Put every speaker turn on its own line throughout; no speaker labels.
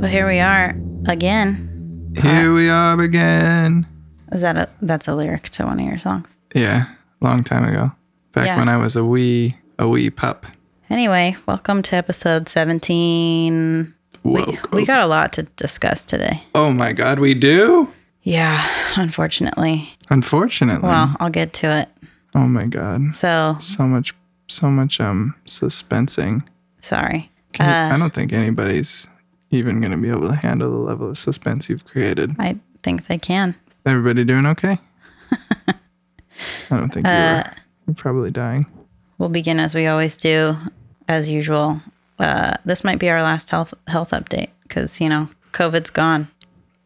we are again.
Here we are again.
Is that a that's a lyric to one of your songs?
Yeah, long time ago. Back
Yeah.
when I was a wee a wee pup.
Anyway, welcome to episode 17.
Whoa.
We got a lot to discuss today.
oh my god, we do?
Yeah, unfortunately.
Unfortunately.
Well, I'll get to it.
Oh my god.
So,
So much so much um suspensing.
sorry.
Can
Uh.
you- I don't think anybody's even gonna be able to handle the level of suspense you've created.
I think they can.
Everybody doing okay? I don't think
Uh.
you were. You're probably dying.
We'll begin as we always do, as usual. Uh, this might be our last health health update because you know COVID's gone.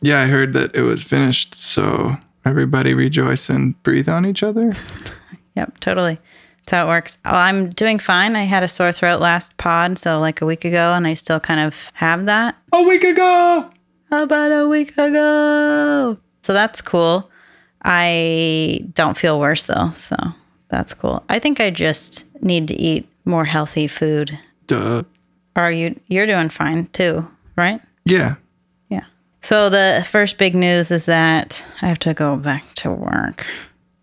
Yeah, I heard that it was finished, so everybody rejoice and breathe on each other.
Yep, totally. That's how it works. Oh, I'm doing fine. I had a sore throat last pod, so like a week ago, and I still kind of have that.
A week ago.
About a week ago. So that's cool. I don't feel worse though, so that's cool. I think I just need to eat more healthy food.
Duh.
Are you? You're doing fine too, right?
Yeah.
Yeah. So the first big news is that I have to go back to work.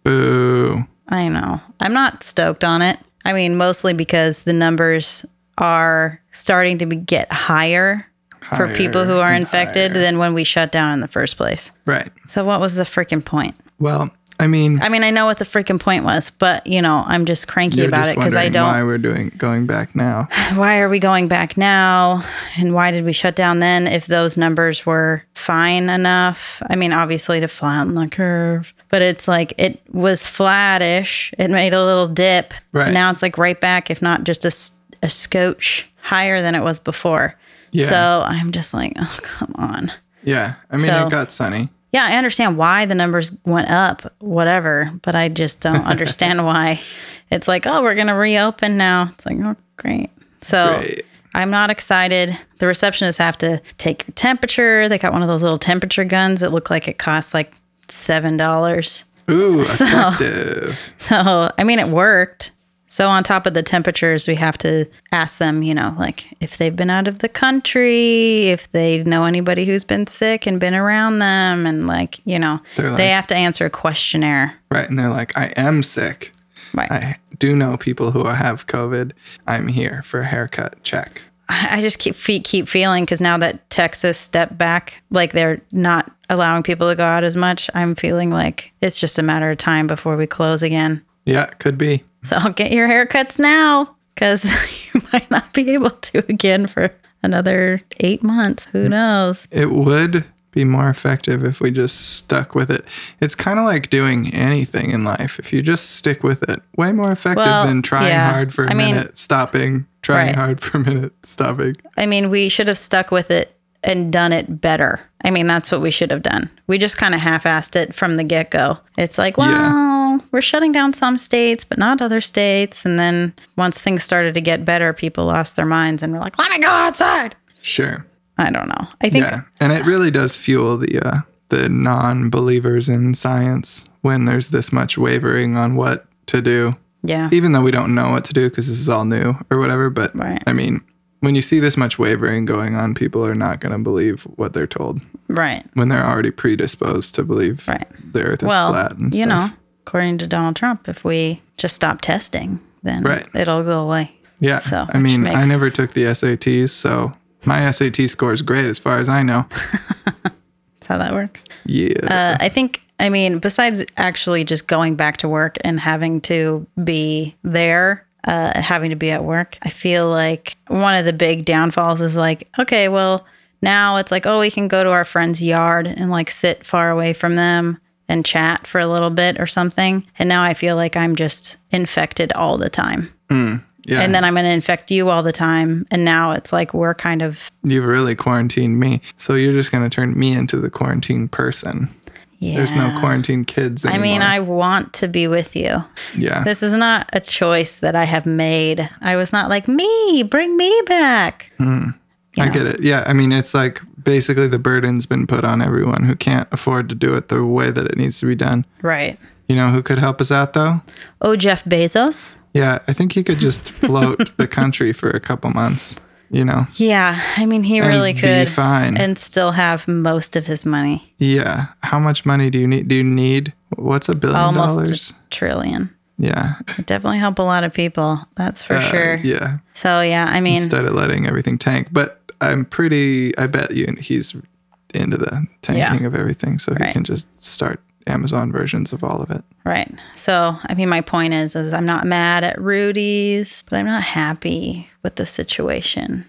Boo.
I know. I'm not stoked on it. I mean, mostly because the numbers are starting to be, get higher, for people who
Higher
are
and
infected
higher.
than when we shut down in the first place.
Right.
So what was the freaking point?
Well, I mean,
I mean, I know what the freaking point was, but you know, I'm just cranky
you're
about
just
it because I
wondering
don't
why we're doing going back now.
why are we going back now and why did we shut down then if those numbers were fine enough i mean obviously to flatten the curve but it's like it was flattish it made a little dip
Right.
now it's like right back if not just a, s- a scotch higher than it was before
Yeah.
so i'm just like oh come on
Yeah. I mean,
So-
it got sunny.
yeah, I understand why the numbers went up, whatever, but I just don't understand why it's like, oh, we're going to reopen now. It's like, oh, great. So
Great.
I'm not excited. The receptionists have to take your temperature. They got one of those little temperature guns that look like it costs like $7.
Ooh, effective.
So, I mean, it worked. So, on top of the temperatures, we have to ask them, you know, like if they've been out of the country, if they know anybody who's been sick and been around them, and like, you know,
They're like-
they have to answer a questionnaire.
Right. And they're like, I am sick.
Right. I,
I do know people who have COVID. I'm here for a haircut check.
I just keep fe- keep feeling because now that Texas stepped back, like they're not allowing people to go out as much, I'm feeling like it's just a matter of time before we close again.
Yeah, could be.
So get your haircuts now because you might not be able to again for another eight months. Who knows?
It would be more effective if we just stuck with it. It's kind of like doing anything in life. If you just stick with it, way more effective
Well,
than trying
yeah.
hard for a
I mean-
minute, stopping, trying
Right.
hard for a minute, stopping.
I mean, we should have stuck with it and done it better. I mean, that's what we should have done. We just kind of half assed it from the get go. It's like, well,
Yeah.
we're shutting down some states, but not other states. And then once things started to get better, people lost their minds and were like, let me go outside.
Sure.
I don't know. I think
Yeah. And it really does fuel the uh, the non-believers in science when there's this much wavering on what to do.
yeah.
even though we don't know what to do because this is all new or whatever. But
Right.
I mean, when you see this much wavering going on, people are not going to believe what they're told
Right.
when they're already predisposed to believe
Right.
the earth is
well,
flat and
you
stuff.
know, according to Donald Trump, if we just stop testing, then
Right.
it'll go away.
yeah.
so,
I
which
mean, I
makes-
never took the SATs, so my SAT score is great as far as I know.
That's how that works.
Yeah.
Uh, I think, I mean, besides actually just going back to work and having to be there, uh, having to be at work, I feel like one of the big downfalls is like, okay, well, now it's like, oh, we can go to our friend's yard and like sit far away from them and chat for a little bit or something. And now I feel like I'm just infected all the time.
Hmm. yeah.
and then I'm going to infect you all the time. And now it's like we're kind of
You've really quarantined me. So you're just going to turn me into the quarantine person.
yeah.
There's no quarantine kids
I
anymore.
mean, I want to be with you.
Yeah.
This is not a choice that I have made. I was not like me, bring me back.
I get it. Yeah. I mean, it's like basically the burden's been put on everyone who can't afford to do it the way that it needs to be done.
Right.
You know who could help us out though?
Oh, Jeff Bezos.
Yeah. I think he could just float the country for a couple months. you know,
Yeah, I mean, he
and
really
be
could
fine.
and still have most of his money,
yeah. How much money do you need? Do you need what's a billion
almost
dollars?
a trillion.
Yeah,
Would definitely help a lot of people, that's for
Uh,
sure.
Yeah,
So yeah, I mean,
instead of letting everything tank. But I'm pretty. I bet you he's into the tanking of everything, so he
Right.
can just start Amazon versions of all of it.
right. So I mean, my point is, is I'm not mad at Rudy's, but I'm not happy with the situation.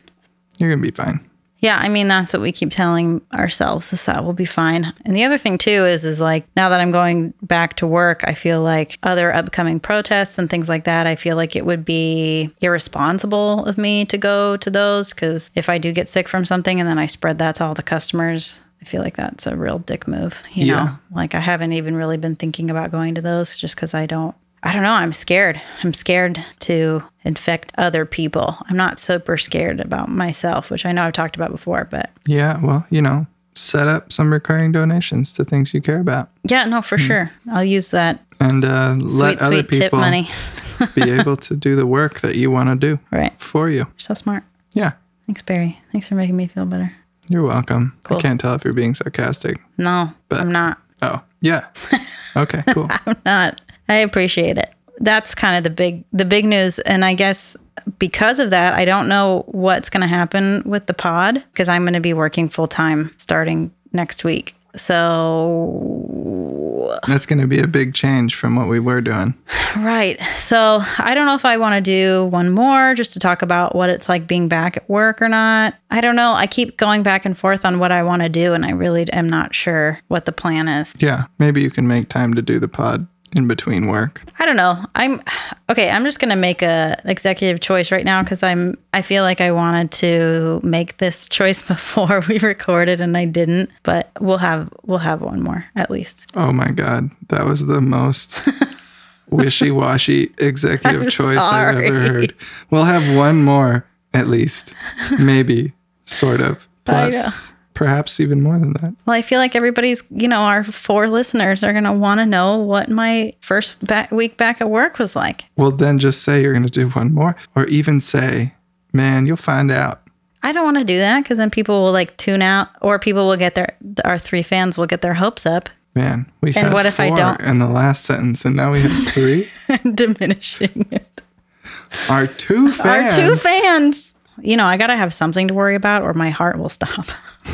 You're gonna be fine.
Yeah, I mean that's what we keep telling ourselves is that we'll be fine. And the other thing too is is like now that I'm going back to work, I feel like other upcoming protests and things like that, I feel like it would be irresponsible of me to go to those cuz if I do get sick from something and then I spread that to all the customers, I feel like that's a real dick move, you
Yeah.
know. Like I haven't even really been thinking about going to those just cuz I don't I don't know, I'm scared. I'm scared to infect other people. I'm not super scared about myself, which I know I've talked about before, but
Yeah. Well, you know, set up some recurring donations to things you care about,
yeah, no, for sure. I'll use that
and uh,
sweet
Hmm. let other
sweet tip
people
money.
be able to do the work that you want to do
Right.
for you.
You're so smart.
Yeah.
Thanks, Barry. Thanks for making me feel better.
You're welcome.
Cool.
I can't tell if you're being sarcastic.
No,
But-
I'm not.
Oh, yeah. Okay, cool.
not. I appreciate it. That's kind of the big the big news and I guess because of that I don't know what's going to happen with the pod because I'm going to be working full time starting next week. So
That's going to be a big change from what we were doing.
Right. So I don't know if I want to do one more just to talk about what it's like being back at work or not. I don't know. I keep going back and forth on what I want to do, and I really am not sure what the plan is.
Yeah, maybe you can make time to do the pod in between work.
I don't know. I'm okay. I'm just gonna make a executive choice right now because I'm. I feel like I wanted to make this choice before we recorded, and I didn't. But we'll have we'll have one more at least.
Oh my God, that was the most wishy washy executive
I'm
choice I've ever
sorry.
heard. We'll have one more at least, maybe, sort of.
I know.
Plus, perhaps even more than that.
Well, I feel like everybody's, you know, our four listeners are going to want to know what my first back week back at work was like.
Well, then just say you're going to do one more, or even say, man, you'll find out.
I don't want to do that because then people will like tune out, or people will get their our three fans will get their hopes up,
Man, we
And
had
what if I
four
don't?
in the last sentence, and now we have three.
diminishing it.
Our two fans.
Our two fans. You know, I got to have something to worry about, or my heart will stop.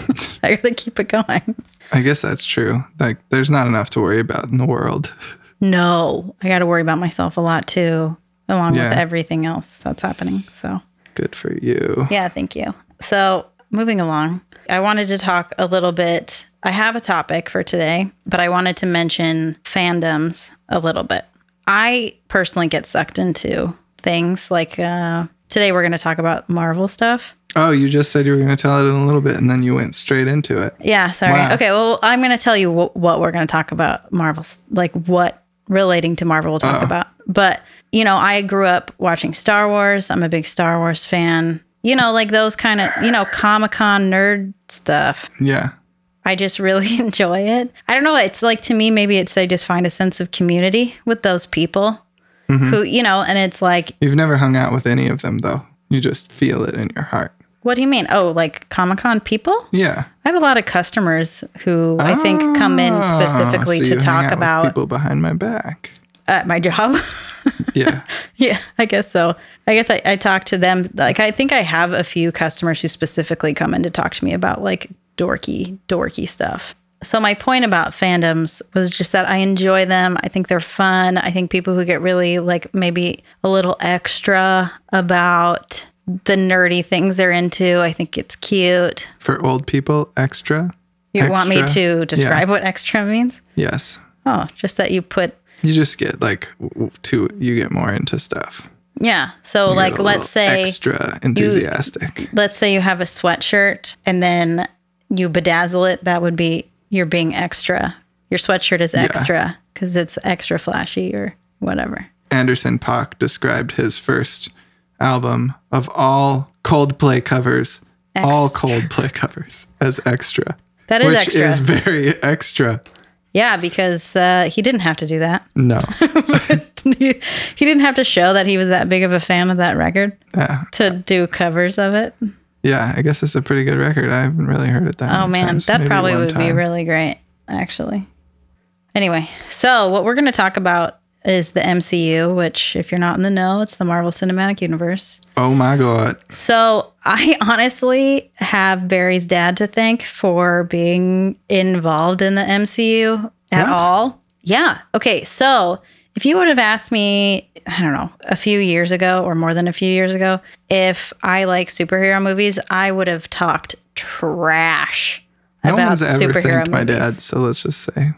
I got to keep it going.
I guess that's true. Like, there's not enough to worry about in the world.
No, I got to worry about myself a lot too, along
Yeah.
with everything else that's happening. So.
Good for you.
Yeah, thank you. So, moving along, I wanted to talk a little bit. I have a topic for today, but I wanted to mention fandoms a little bit. I personally get sucked into things like uh, today we're going to talk about Marvel stuff.
Oh, you just said you were going to tell it in a little bit, and then you went straight into it.
Yeah, sorry.
Wow.
Okay, well, I'm going to tell you wh- what we're going to talk about Marvel's, like what relating to Marvel we'll talk about. But, you know, I grew up watching Star Wars. I'm a big Star Wars fan. You know, like those kind of, you know, Comic Con nerd stuff.
Yeah.
I just really enjoy it. I don't know. It's like to me, maybe it's I just find a sense of community with those people
Mm-hmm.
who, you know, and it's like,
You've never hung out with any of them, though. You just feel it in your heart.
what do you mean? Oh, like Comic Con people?
Yeah.
I have a lot of customers who I think come in
Oh,
specifically
so you
to
hang out
talk
with
about
people behind my back.
at my job.
Yeah.
yeah, I guess so. I guess I, I talk to them. Like, I think I have a few customers who specifically come in to talk to me about like dorky, dorky stuff. So, my point about fandoms was just that I enjoy them. I think they're fun. I think people who get really like maybe a little extra about the nerdy things they're into, I think it's cute.
For old people, extra.
You want me
Extra?
to describe what extra means?
Yes.
Oh, just that you put
You just get like w- w- to you get more into stuff.
Yeah. So
You get
like
a little
let's say
extra enthusiastic.
let's say you have a sweatshirt and then you bedazzle it, that would be you're being extra. Your sweatshirt is extra cuz it's extra flashy or whatever.
Anderson Pock described his first album of all Coldplay covers, all Coldplay covers as extra.
That is
which
extra.
is very extra.
Yeah, because uh, he didn't have to do that.
No.
he didn't have to show that he was that big of a fan of that record
yeah.
to do covers of it.
Yeah. I guess it's a pretty good record. I haven't really heard it that
Oh
many
man,
times.
that
Maybe
probably
one
would be
time.
really great, actually. Anyway, so what we're going to talk about is the MCU, which, if you're not in the know, it's the Marvel Cinematic Universe.
Oh my God.
So I honestly have Barry's dad to thank for being involved in the MCU at
What?
all. Yeah. Okay. So if you would have asked me, I don't know, a few years ago or more than a few years ago, if I like superhero movies, I would have talked trash
No
about
one's ever
superhero
thanked
movies.
my dad. So let's just say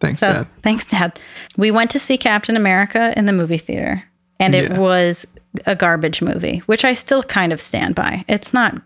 thanks,
So
dad.
thanks, Dad. We went to see Captain America in the movie theater, and it
Yeah.
was a garbage movie, which I still kind of stand by. It's not,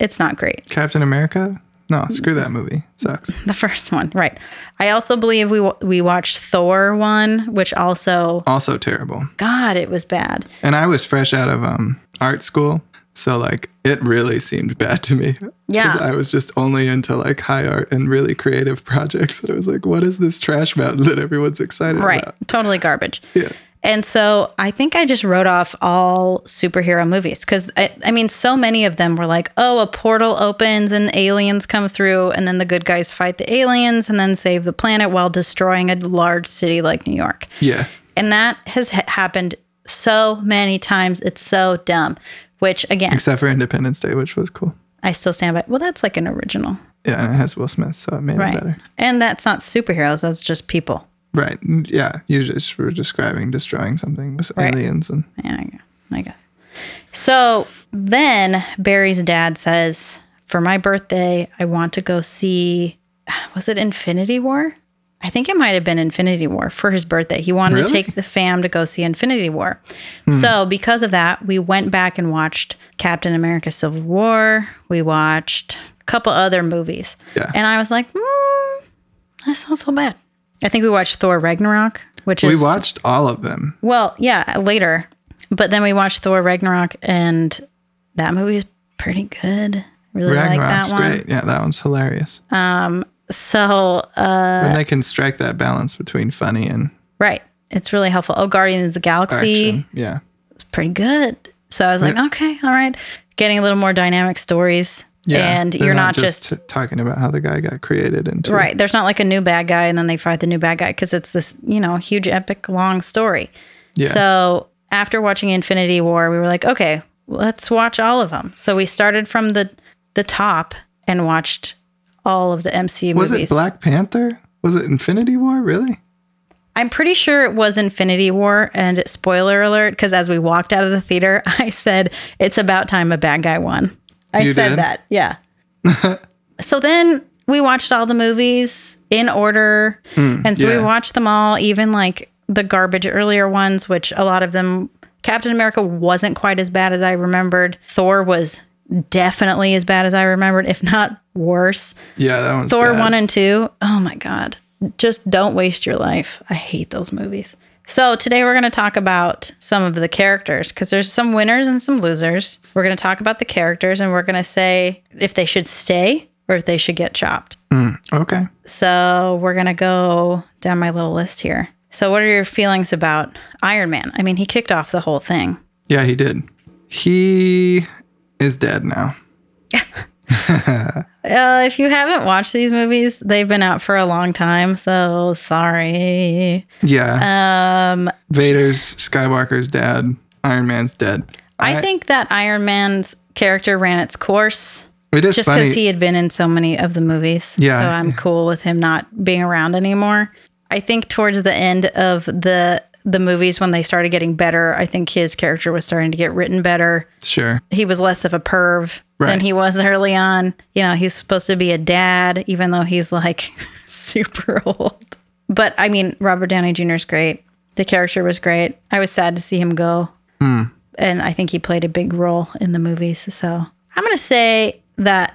it's not great.
Captain America? No, screw
Mm-hmm.
that movie. sucks.
The first one, right? I also believe we wa- we watched Thor one, which also,
Also terrible.
God, it was bad.
And I was fresh out of um, art school. So, like, it really seemed bad to me. 'Cause
Yeah.
I was just only into like high art and really creative projects. And I was like, what is this trash mountain that everyone's excited
Right,
about?
totally garbage.
Yeah.
And so I think I just wrote off all superhero movies because I, I mean, so many of them were like, oh, a portal opens and aliens come through, and then the good guys fight the aliens and then save the planet while destroying a large city like New York.
Yeah.
And that has ha- happened so many times. It's so dumb, which again,
Except for Independence Day, which was cool.
I still stand by. Well, that's like an original,
Yeah. And it has Will Smith. So it made
right?
it better.
And that's not superheroes, that's just people.
Right. Yeah. You just were describing destroying something with
Right.
aliens. And
Yeah, I gu- I guess. So then Barry's dad says, For my birthday, I want to go see, was it Infinity War? I think it might have been Infinity War for his birthday. He wanted to
Really? Hmm.
take the fam to go see Infinity War. So, because of that, we went back and watched Captain America Civil War. We watched a couple other movies.
Yeah.
And I was like, mm, that's not so bad. I think we watched Thor Ragnarok, which
we
is
watched all of them.
well, yeah, later. But then we watched Thor Ragnarok, and that movie is pretty good. I Really like
Ragnarok's
that one.
great. Yeah. That one's hilarious.
So, uh,
when they can strike that balance between funny and
right, it's really helpful. Oh, Guardians of the Galaxy,
action. Yeah.
it's pretty good. So I was like, okay, all right, getting a little more dynamic stories,
Yeah,
and
they're
you're not, just.
t- talking about how the guy got created into
Right. There's not like a new bad guy and then they fight the new bad guy because it's this, you know, huge, epic, long story.
Yeah.
So after watching Infinity War, we were like, okay, let's watch all of them. So we started from the the top and watched all of the MCU
was
movies.
it Black Panther? Was it Infinity War? Really?
I'm pretty sure it was Infinity War. And spoiler alert, because as we walked out of the theater, I said, it's about time a bad guy won. I
You
said
did?
that. Yeah. so then we watched all the movies in order. and so
Hmm, yeah.
we watched them all, even like the garbage earlier ones, which a lot of them, Captain America wasn't quite as bad as I remembered. Thor was definitely as bad as I remembered, if not worse.
Yeah, that one's
Thor
bad.
one and two. Oh my god. Just don't waste your life. I hate those movies. So today we're going to talk about some of the characters because there's some winners and some losers. We're going to talk about the characters and we're going to say if they should stay or if they should get chopped.
Okay.
So we're going to go down my little list here. So what are your feelings about Iron Man? I mean, he kicked off the whole thing.
Yeah, he did. He is dead now.
Uh, if you haven't watched these movies, they've been out for a long time. So sorry.
Yeah.
Um,
Vader's Skywalker's dad. Iron Man's dead.
I think that Iron Man's character ran its course
it is
just
funny.
because he had been in so many of the movies.
Yeah.
So I'm cool with him not being around anymore. I think towards the end of the the movies when they started getting better, I think his character was starting to get written better.
sure.
He was less of a perv than
Right.
he was early on. You know, he's supposed to be a dad, even though he's like super old. But I mean, Robert Downey Jr. is great. The character was great. I was sad to see him go
Hmm.
and I think he played a big role in the movies. So I'm going to say that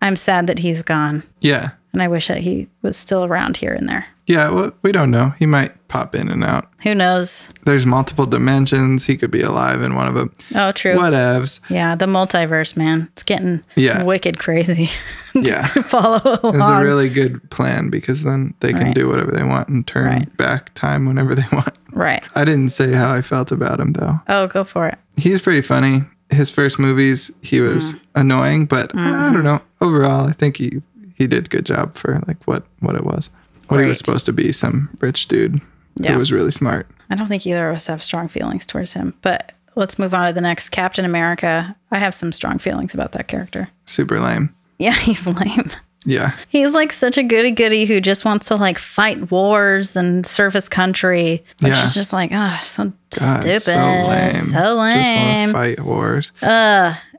I'm sad that he's gone,
Yeah.
and I wish that he was still around here and there.
Yeah, well, we don't know. He might pop in and out.
Who knows?
There's multiple dimensions. He could be alive in one of them.
Oh, true.
Whatevs.
Yeah, the multiverse, man. It's getting
Yeah.
wicked crazy
Yeah.
to follow along.
It's a really good plan because then they can
Right.
do whatever they want and turn
Right.
back time whenever they want.
right.
I didn't say how I felt about him though.
Oh, go for it.
He's pretty funny. His first movies, he
Hmm.
was annoying, but I don't know. Overall, I think he he did a good job for like what what it was. What he was
Right.
supposed to be, some rich dude
Yeah.
who was really smart.
I don't think either of us have strong feelings towards him, but let's move on to the next Captain America. I have some strong feelings about that character.
Super lame.
Yeah, he's lame.
Yeah.
He's like such a goody goody who just wants to like fight wars and serve his country, which
Yeah.
is just like, ah, so
God,
stupid.
it's so lame.
So
Just want
lame. Uh,
to fight wars.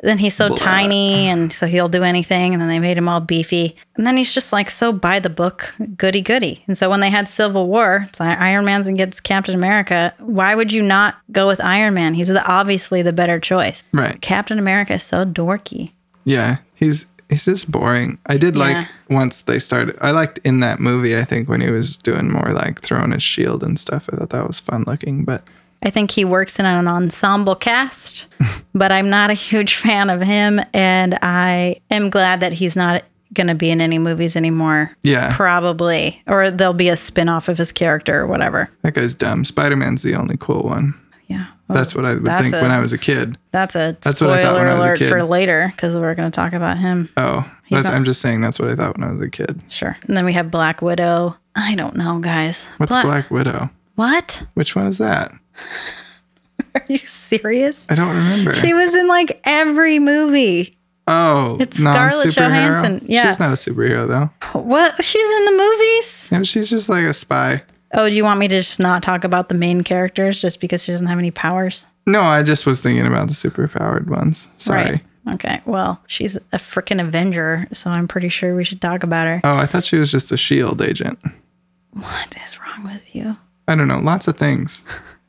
Then he's so
Blah.
tiny and so he'll do anything. And then they made him all beefy. And then he's just like so by the book, goody goody. And so when they had Civil War, it's like Iron Man's and gets Captain America. Why would you not go with Iron Man? He's the, obviously the better choice.
right.
Captain America is so dorky.
Yeah, he's he's just boring. I did like once they started. I liked in that movie. I think when he was doing more like throwing his shield and stuff. I thought that was fun looking. But
I think he works in an ensemble cast, but I'm not a huge fan of him. And I am glad that he's not going to be in any movies anymore.
yeah,
Probably. Or there'll be a spin off of his character or whatever.
that guy's dumb. Spider Man's the only cool one.
Yeah.
That's what I would think
Oh, a,
when I was a kid.
That's a
That's what
spoiler
I thought when I was a
alert
kid.
for later because we're going to talk about him.
Oh, that's,
not-
I'm just saying that's what I thought when I was a kid.
Sure. And then we have Black Widow. I don't know, guys.
What's
Bla-
Black Widow?
What?
Which one is that?
Are you serious?
I don't remember.
She was in like every movie.
oh,
It's Scarlett
non-superhero?
Johansson, yeah.
she's not a superhero though.
What? She's in the movies?
Yeah, but she's just like a spy.
Oh, do you want me to just not talk about the main characters just because she doesn't have any powers?
No, I just was thinking about the superpowered ones. Sorry.
Right. Okay. Well, she's a freaking Avenger, so I'm pretty sure we should talk about her.
Oh, I thought she was just a shield agent.
What is wrong with you?
I don't know, lots of things.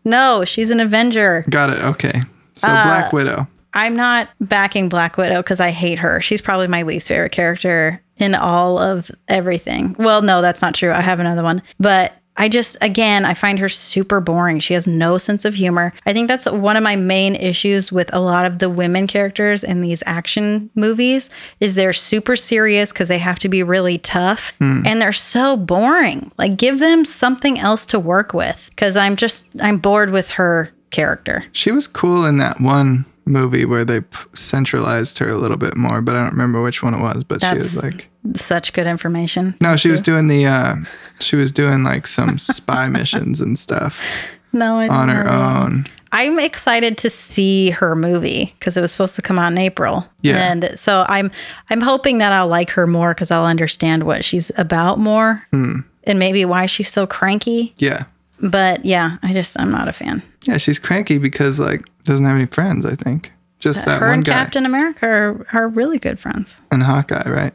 No, she's an Avenger.
Got it. Okay. So
Uh,
Black Widow.
I'm not backing Black Widow because I hate her. She's probably my least favorite character in all of everything. Well, no, that's not true. I have another one. But I just, again, I find her super boring. She has no sense of humor. I think that's one of my main issues with a lot of the women characters in these action movies is they're super serious because they have to be really tough and they're so boring. Like give them something else to work with because I'm just, I'm bored with her character.
She was cool in that one movie where they p- centralized her a little bit more, but I don't remember which one it was. But she was
That's-
like,
Such good information.
no, she was doing the, uh, she was doing like some spy missions and stuff
No, I
on
don't
her um,
know.
own.
I'm excited to see her movie because it was supposed to come out in April.
Yeah.
And so I'm I'm hoping that I'll like her more because I'll understand what she's about more
Hmm.
and maybe why she's so cranky.
Yeah.
But yeah, I just I'm not a fan.
Yeah. She's cranky because like doesn't have any friends, I think. Just that
her
one
and
guy
Captain America are, are really good friends.
and Hawkeye, right?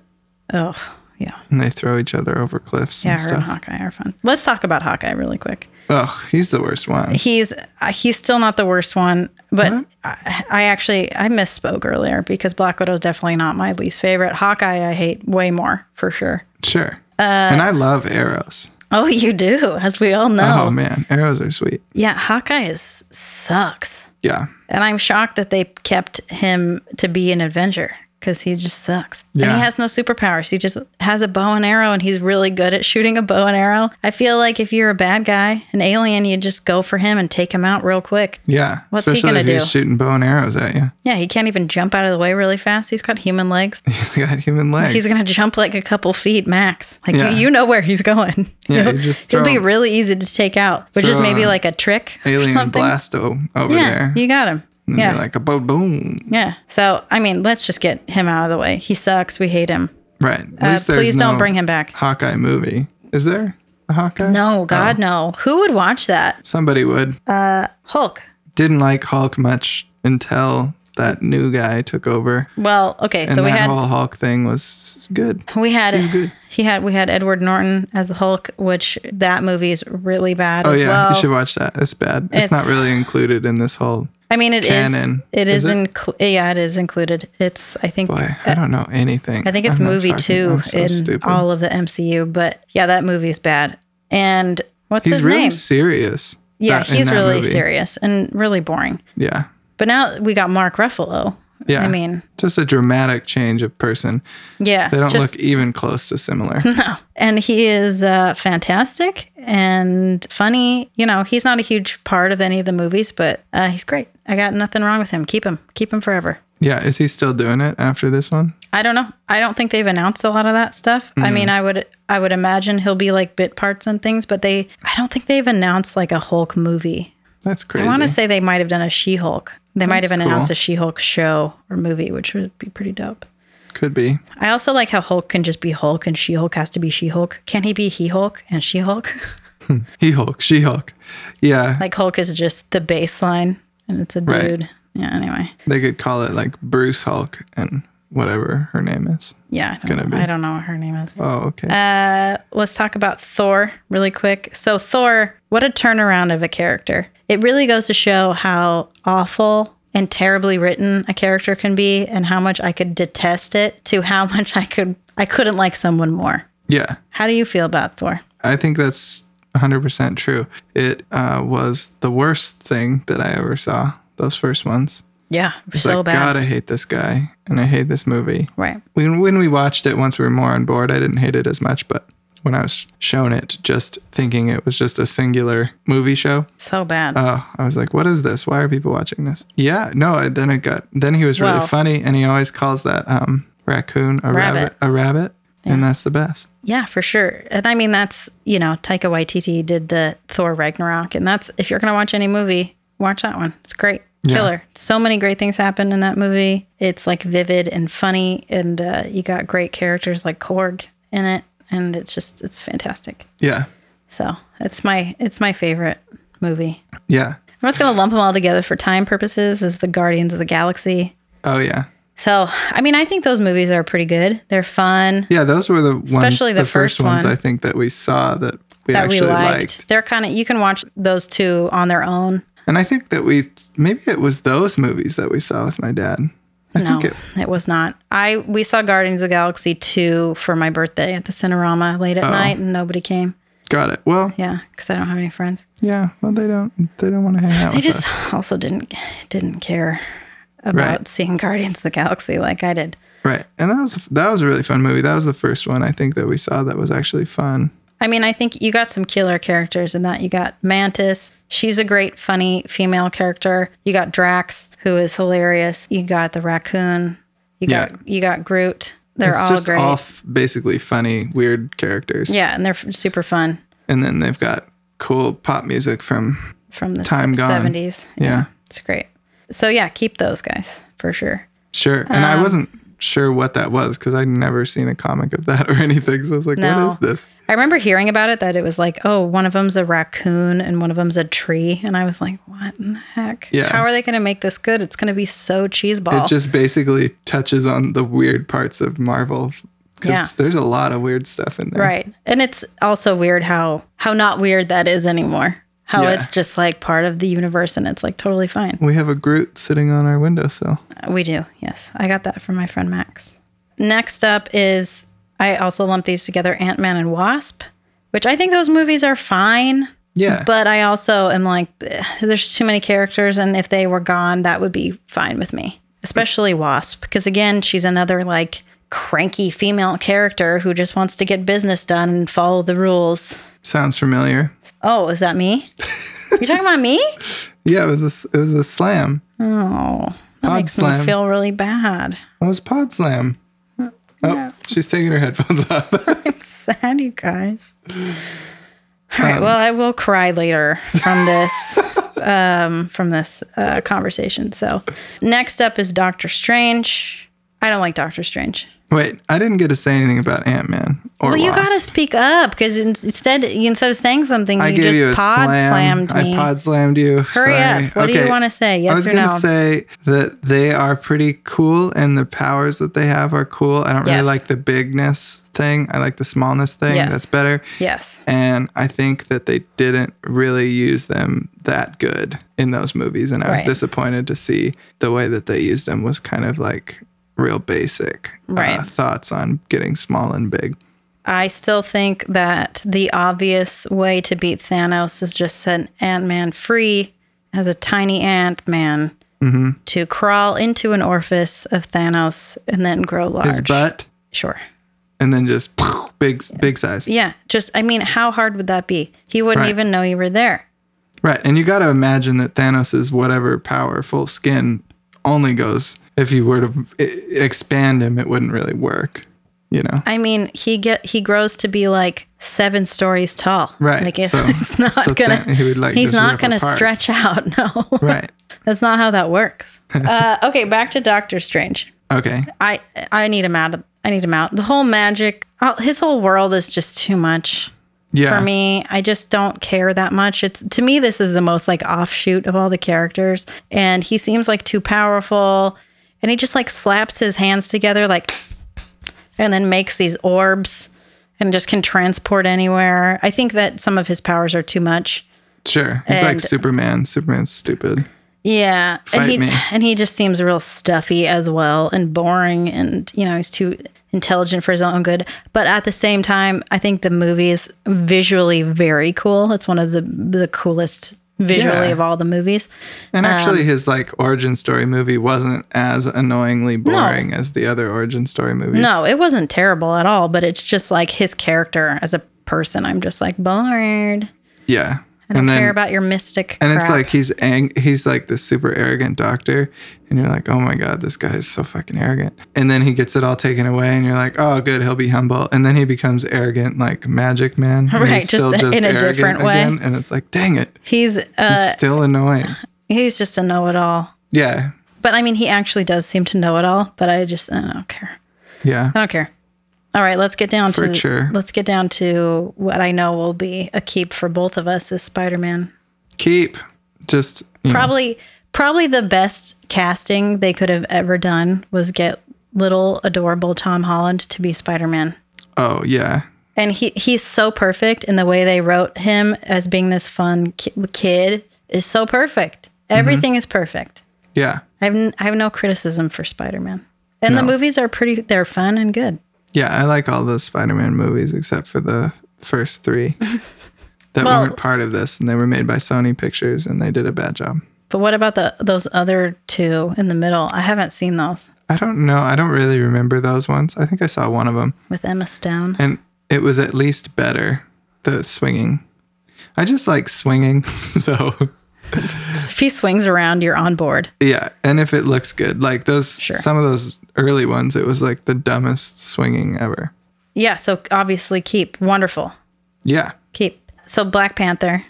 Oh, yeah.
And they throw each other over cliffs
Yeah,
and
her and
stuff.
Hawkeye are fun. Let's talk about Hawkeye really quick.
Ugh, he's the worst one.
he's uh, he's still not the worst one but I, I actually i misspoke earlier because black widow is definitely not my least favorite hawkeye i hate way more for sure
Sure.
Uh,
and I love arrows.
oh you do as we all know
oh man, arrows are sweet.
yeah hawkeye is sucks
Yeah.
and i'm shocked that they kept him to be an avenger because he just sucks and
Yeah.
he has no superpowers he just has a bow and arrow and he's really good at shooting a bow and arrow i feel like if you're a bad guy an alien you just go for him and take him out real quick
Yeah.
What's he
Especially
gonna
if he's
do?
shooting bow and arrows at you.
Yeah, he can't even jump out of the way really fast. He's got human legs.
He's got human legs.
He's gonna jump like a couple feet max. Like
Yeah.
you, you know where he's going.
Yeah,
He'll-
you just
he'll
throw
be
him-
really easy to take out, which is
throw
maybe
a
like a trick or
Alien
something.
blasto over
yeah,
there.
you got him.
and
Yeah,
you're like a boom boom.
yeah. So I mean, let's just get him out of the way. He sucks. We hate him.
Right. At
Uh,
least there's
please don't
no
bring him back.
Hawkeye movie. Is there a Hawkeye?
No, Uh. God,
Oh.
no. Who would watch that?
Somebody would.
Hulk.
Didn't like Hulk much until that new guy took over.
Well, okay.
And
So we
that
had
whole Hulk thing was good.
we had
good.
he had we had Edward Norton as Hulk, which that movie is really bad
Oh
as
yeah,
well.
you should watch that. It's bad. It's, not
It's-
really included in this whole
I mean, it is.
canon.
It
Is
is,
it?
incl- yeah, it is included. It's I think
boy. I don't know anything.
I think it's movie two in all of the MCU, but yeah, that movie is bad. And what's
he's
his
really
name?
serious.
Yeah,
that- in
he's
that
really
movie.
serious and really boring.
Yeah.
But now we got Mark Ruffalo.
Yeah.
I mean,
just a dramatic change of person.
yeah.
They don't
just-
look even close to similar.
And he is uh, fantastic and funny. You know, he's not a huge part of any of the movies, but uh, he's great. I got nothing wrong with him. Keep him. Keep him forever.
yeah. Is he still doing it after this one?
I don't know. I don't think they've announced a lot of that stuff.
Mm-hmm.
I mean, I would I would imagine he'll be like bit parts and things, but they I don't think they've announced like a Hulk movie.
That's
I want to
crazy.
say they might have done a She-Hulk. They might
That's
have announced
cool.
a She-Hulk show or movie, which would be pretty dope.
Could be.
I also like how Hulk can just be Hulk and She-Hulk has to be She-Hulk. Can he be He-Hulk and She-Hulk?
He Hulk, She Hulk. Yeah.
like Hulk is just the baseline and it's a
Right.
dude. Yeah, anyway.
they could call it like Bruce Hulk and whatever her name is.
Yeah, I
Gonna
don't,
be.
I don't know what her name is.
Oh, okay.
Uh, let's talk about Thor really quick. So, Thor, what a turnaround of a character. It really goes to show how awful and terribly written a character can be and how much I could detest it to how much I could I couldn't like someone more.
yeah.
How do you feel about Thor?
I think that's 100% true. It uh, was the worst thing that I ever saw, those first ones.
Yeah,
It's
so
like,
bad.
God, I hate this guy and I hate this movie.
Right.
When, when we watched it, once we were more on board, I didn't hate it as much, but when I was shown it, just thinking it was just a singular movie show,
So bad.
oh, I was like, what is this? Why are people watching this? Yeah, no, I, then it got, then he was really
Well-
funny and he always calls that um, raccoon a rabbit,
Rabbit.
a rabbit. And that's the best.
Yeah, for sure. And I mean, that's, you know, Taika Waititi did the Thor Ragnarok. And that's, if you're going to watch any movie, watch that one. It's great. Killer. So many great things happen in that movie. It's like vivid and funny. And uh, you got great characters like Korg in it. And it's just, it's fantastic.
Yeah.
So it's my, it's my favorite movie.
Yeah.
I'm just going to lump them all together for time purposes as the Guardians of the Galaxy.
Oh, yeah.
So, I mean, I think those movies are pretty good. They're fun.
Yeah, those were the ones,
Especially the first
ones
one.
I think that we saw that we
That we
actually
liked.
liked.
They're kind of, you can watch those two on their own.
And I think that we maybe it was those movies that we saw with my dad. I
No,
think it,
it was not. I we saw Guardians of the Galaxy two for my birthday at the Cinerama late
Oh.
at night, and nobody came.
got it. Well, yeah.
Yeah, because I don't have any friends.
well they don't they don't want to hang out
I
with
just
us.
also didn't didn't care about
Right.
seeing Guardians of the Galaxy like I did.
Right. And that was that was a really fun movie. That was the first one I think that we saw that was actually fun.
I mean, I think you got some killer characters in that. You got Mantis. She's a great, funny female character. You got Drax, who is hilarious. You got the raccoon. You
Yeah.
got you got Groot. They're
it's
all
just
great.
all f- basically funny, weird characters.
yeah, and they're f- super fun
And then they've got cool pop music from
from the
Time gone.
seventies.
yeah.
It's great. So yeah, keep those guys for sure.
Sure.
Um,
And I wasn't sure what that was because I'd never seen a comic of that or anything. So I was like,
No.
what is this?
I remember hearing about it that it was like, oh, one of them's a raccoon and one of them's a tree, and I was like, what in the heck?
Yeah.
How are they going to make this good? It's going to be so cheeseball.
It just basically touches on the weird parts of Marvel because
Yeah.
there's a lot of weird stuff in there.
right. And it's also weird how how not weird that is anymore. How
Yeah.
it's just like part of the universe and it's like totally fine.
We have a Groot sitting on our windowsill.
We do. Yes. I got that from my friend Max. Next up is I also lumped these together Ant-Man and Wasp, which I think those movies are fine.
Yeah.
But I also am like, "Ugh, there's too many characters, and if they were gone, that would be fine with me. Especially Wasp, because again, she's another like cranky female character who just wants to get business done and follow the rules.
Sounds familiar.
Oh, is that me? you talking about me?
Yeah, it was a, s- it was a slam.
Oh, that
Pod
makes
slam.
me feel really bad.
It was pod slam. Oh, she's taking her headphones off.
Sad, you guys. All
Um,
right. well, I will cry later from this um, from this uh, conversation. So, next up is Doctor Strange. I don't like Doctor Strange.
Wait, I didn't get to say anything about Ant Man or
Well, you
Wasp.
gotta speak up because instead instead of saying something,
I
you
gave
just
you a
pod
slam.
slammed me.
I pod slammed you.
Hurry
Sorry.
up. What do you wanna say? Yes
I was
or
gonna
no?
say that they are pretty cool and the powers that they have are cool. I don't really
Yes.
like the bigness thing. I like the smallness thing.
Yes.
That's better.
yes,
And I think that they didn't really use them that good in those movies. And I was
Right.
disappointed to see the way that they used them was kind of like real basic uh,
Right.
thoughts on getting small and big.
I still think that the obvious way to beat Thanos is just set Ant Man free as a tiny Ant Man
Mm-hmm.
to crawl into an orifice of Thanos and then grow large.
His butt,
Sure.
and then just big, big size.
Yeah. Just, I mean, how hard would that be? He wouldn't
Right.
even know you were there.
Right. And you got to imagine that Thanos' whatever power, full skin, only goes if you were to i- expand him, it wouldn't really work, you know?
I mean, he get he grows to be like seven stories tall.
Right,
Like if
so-
it's not
so
gonna,
then he would, like,
he's
just
not
rip
gonna
apart.
stretch out. No,
Right.
that's not how that works. uh, okay, back to Doctor Strange.
Okay.
I I need him out. Of, I need him out. The whole magic, uh, his whole world is just too much
Yeah.
for me. I just don't care that much. It's to me, this is the most like offshoot of all the characters, and he seems like too powerful, and he just like slaps his hands together like, and then makes these orbs, and just can transport anywhere. I think that some of his powers are too much.
Sure. He's like
And-
Superman. Superman's stupid.
Yeah,
Fight
and he
me.
and he just seems real stuffy as well and boring, and you know he's too intelligent for his own good. But at the same time, I think the movie is visually very cool. It's one of the the coolest visually
Yeah.
of all the movies.
And
Um,
actually, his like origin story movie wasn't as annoyingly boring as the other origin story movies.
No, it wasn't terrible at all, but it's just like his character as a person. I'm just like bored.
Yeah.
I don't care about your mystic.
and it's
crap.
like he's ang- he's like this super arrogant doctor and you're like oh my god this guy is so fucking arrogant and then he gets it all taken away and you're like oh good he'll be humble and then he becomes arrogant like magic man and
Right,
he's
just in a different way.
and it's like dang it
he's
he's
uh
still annoying
he's just a know it all.
yeah
But I mean, he actually does seem to know it all. But I just I don't care.
yeah
I don't care. All right, let's get down
For
to
sure.
let's get down to what I know will be a keep for both of us is Spider-Man.
keep just you know,
Probably probably the best casting they could have ever done was get little adorable Tom Holland to be Spider-Man.
oh yeah
And he he's so perfect in the way they wrote him as being this fun ki- kid is so perfect.
Mm-hmm.
Everything is perfect.
yeah
I have n- I have no criticism for Spider-Man. And the
No.
movies are pretty they're fun and good.
yeah i like all those spider-man movies except for the first three that
Well-
weren't part of this and they were made by sony pictures and they did a bad job
But what about the those other two in the middle? I haven't seen those
I don't know. I don't really remember those ones. I think I saw one of them,
with Emma Stone.
and it was at least better. The swinging. I just like swinging. So,
If he swings around, you're on board.
yeah. And if it looks good, like those,
Sure.
some of those early ones, it was like the dumbest swinging ever.
Yeah, so obviously keep wonderful.
Yeah.
Keep. So Black Panther.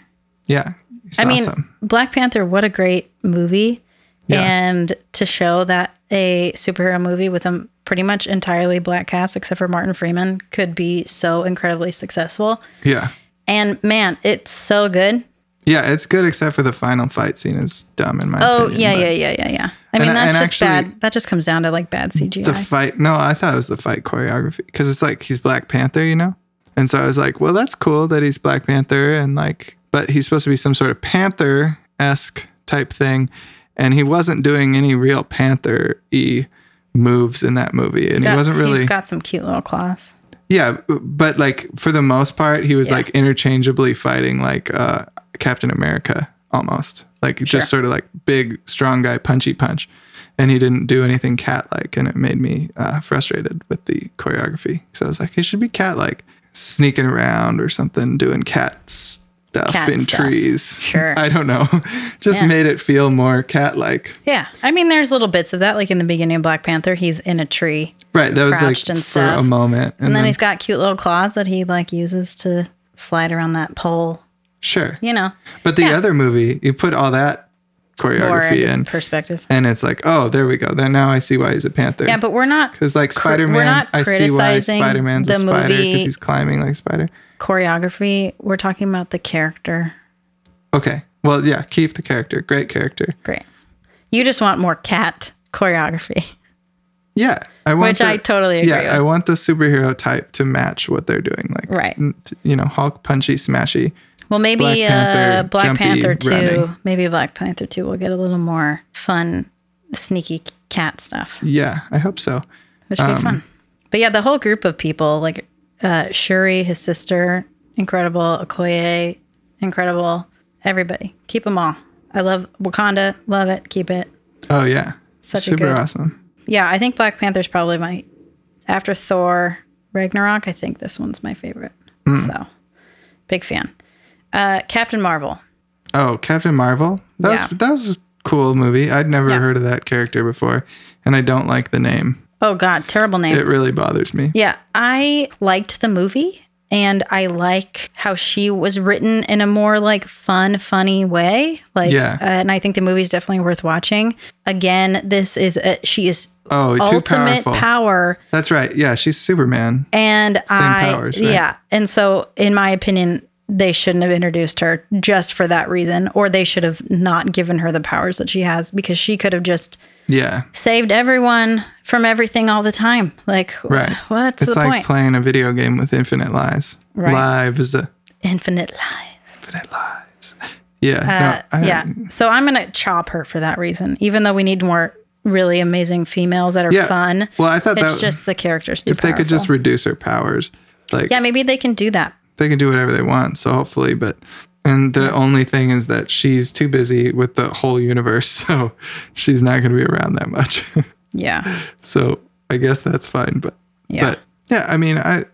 Yeah. He's
I mean,
awesome.
Black Panther, what a great movie.
Yeah.
And to show that a superhero movie with a pretty much entirely black cast except for Martin Freeman could be so incredibly successful.
Yeah.
And man, it's so good.
Yeah. It's good, except for the final fight scene is dumb in my
Oh,
opinion.
yeah,
but
yeah, yeah, yeah, yeah. I mean,
And-
that's
and
just
actually-
bad. That just comes down to like bad CGI.
The fight. No, I thought it was the fight choreography because it's like he's Black Panther, you know? And so I was like, well, that's cool that he's Black Panther and like, but he's supposed to be some sort of Panther esque type thing. And he wasn't doing any real Panther y moves in that movie. And he
got-
wasn't really.
He's got some cute little claws.
yeah. But like, for the most part, he was
Yeah.
like interchangeably fighting like uh, Captain America almost. Like, just sort of like big, strong guy, punchy punch. And he didn't do anything cat like. And it made me uh, frustrated with the choreography. So I was like, he should be cat like, sneaking around or something, doing cat stuff
Cat
in
stuff.
trees.
Sure.
I don't know. just
Yeah.
made it feel more cat like.
Yeah, I mean, there's little bits of that. Like in the beginning of Black Panther, he's in a tree,
Right. That was
Crouched
like
and
for a
stuff.
moment. And,
and
then,
then he's got cute little claws that he like uses to slide around that pole.
sure.
You know,
But the
Yeah.
other movie, you put all that
or
choreography
his
in,
perspective.
and it's like, oh, there we go. Then now I see why he's a panther.
Yeah, but we're not
because like Spider
we're
Man,
not
I see why
criticizing
Spider Man's
the
a spider because
movie.
he's climbing like a spider.
choreography. We're talking about the character.
Okay, well, yeah, keep the character, great character.
Great. You just want more cat choreography.
Yeah, I want
Which I totally agree
Yeah,
with.
I want the superhero type to match what they're doing. Like,
Right.
n- t- you know, Hulk punchy, smashy.
Well, maybe
Black
Black Panther, uh,
Panther,
Black
jumpy,
Panther two.
running.
Maybe Black Panther two will get a little more fun, sneaky cat stuff.
Yeah, I hope so.
which would be fun. But yeah, the whole group of people, like uh, Shuri, his sister, incredible. Okoye, incredible. Everybody, keep them all. I love Wakanda. Love it. Keep it.
Oh yeah.
Such a
Super
good-
awesome.
Yeah, I think Black Panther's probably my after Thor Ragnarok. I think this one's my favorite. So, big fan. Uh, Captain Marvel.
Oh, Captain Marvel. That was
Yeah.
that was a cool movie. I'd never
Yeah.
heard of that character before, and I don't like the name.
Oh God, terrible name.
It really bothers me.
Yeah, I liked the movie and I like how she was written in a more like fun, funny way. Like,
Yeah.
uh, and I think the movie's definitely worth watching. Again, this is a, she is
Oh, too
ultimate
powerful.
power,
That's right. Yeah, she's Superman.
and I
powers, right?
yeah, and so in my opinion. They shouldn't have introduced her just for that reason, or they should have not given her the powers that she has because she could have just
Yeah.
saved everyone from everything all the time. Like, wh-
Right.
what's
It's
the
like
point?
playing a video game with infinite lies.
Right.
Lives.
Infinite lies.
Infinite lies. Yeah.
Uh,
no, I-
yeah. So I'm going to chop her for that reason, even though we need more really amazing females that are
Yeah.
fun.
Well, I thought
it's
that
just the characters too
if they could just
powerful.
reduce her powers, like
yeah, maybe they can do that.
they can do whatever they want. So hopefully, but and the only thing is that she's too busy with the whole universe, so she's not going to be around that much.
Yeah.
so I guess that's fine. But
Yeah.
but yeah, I mean, I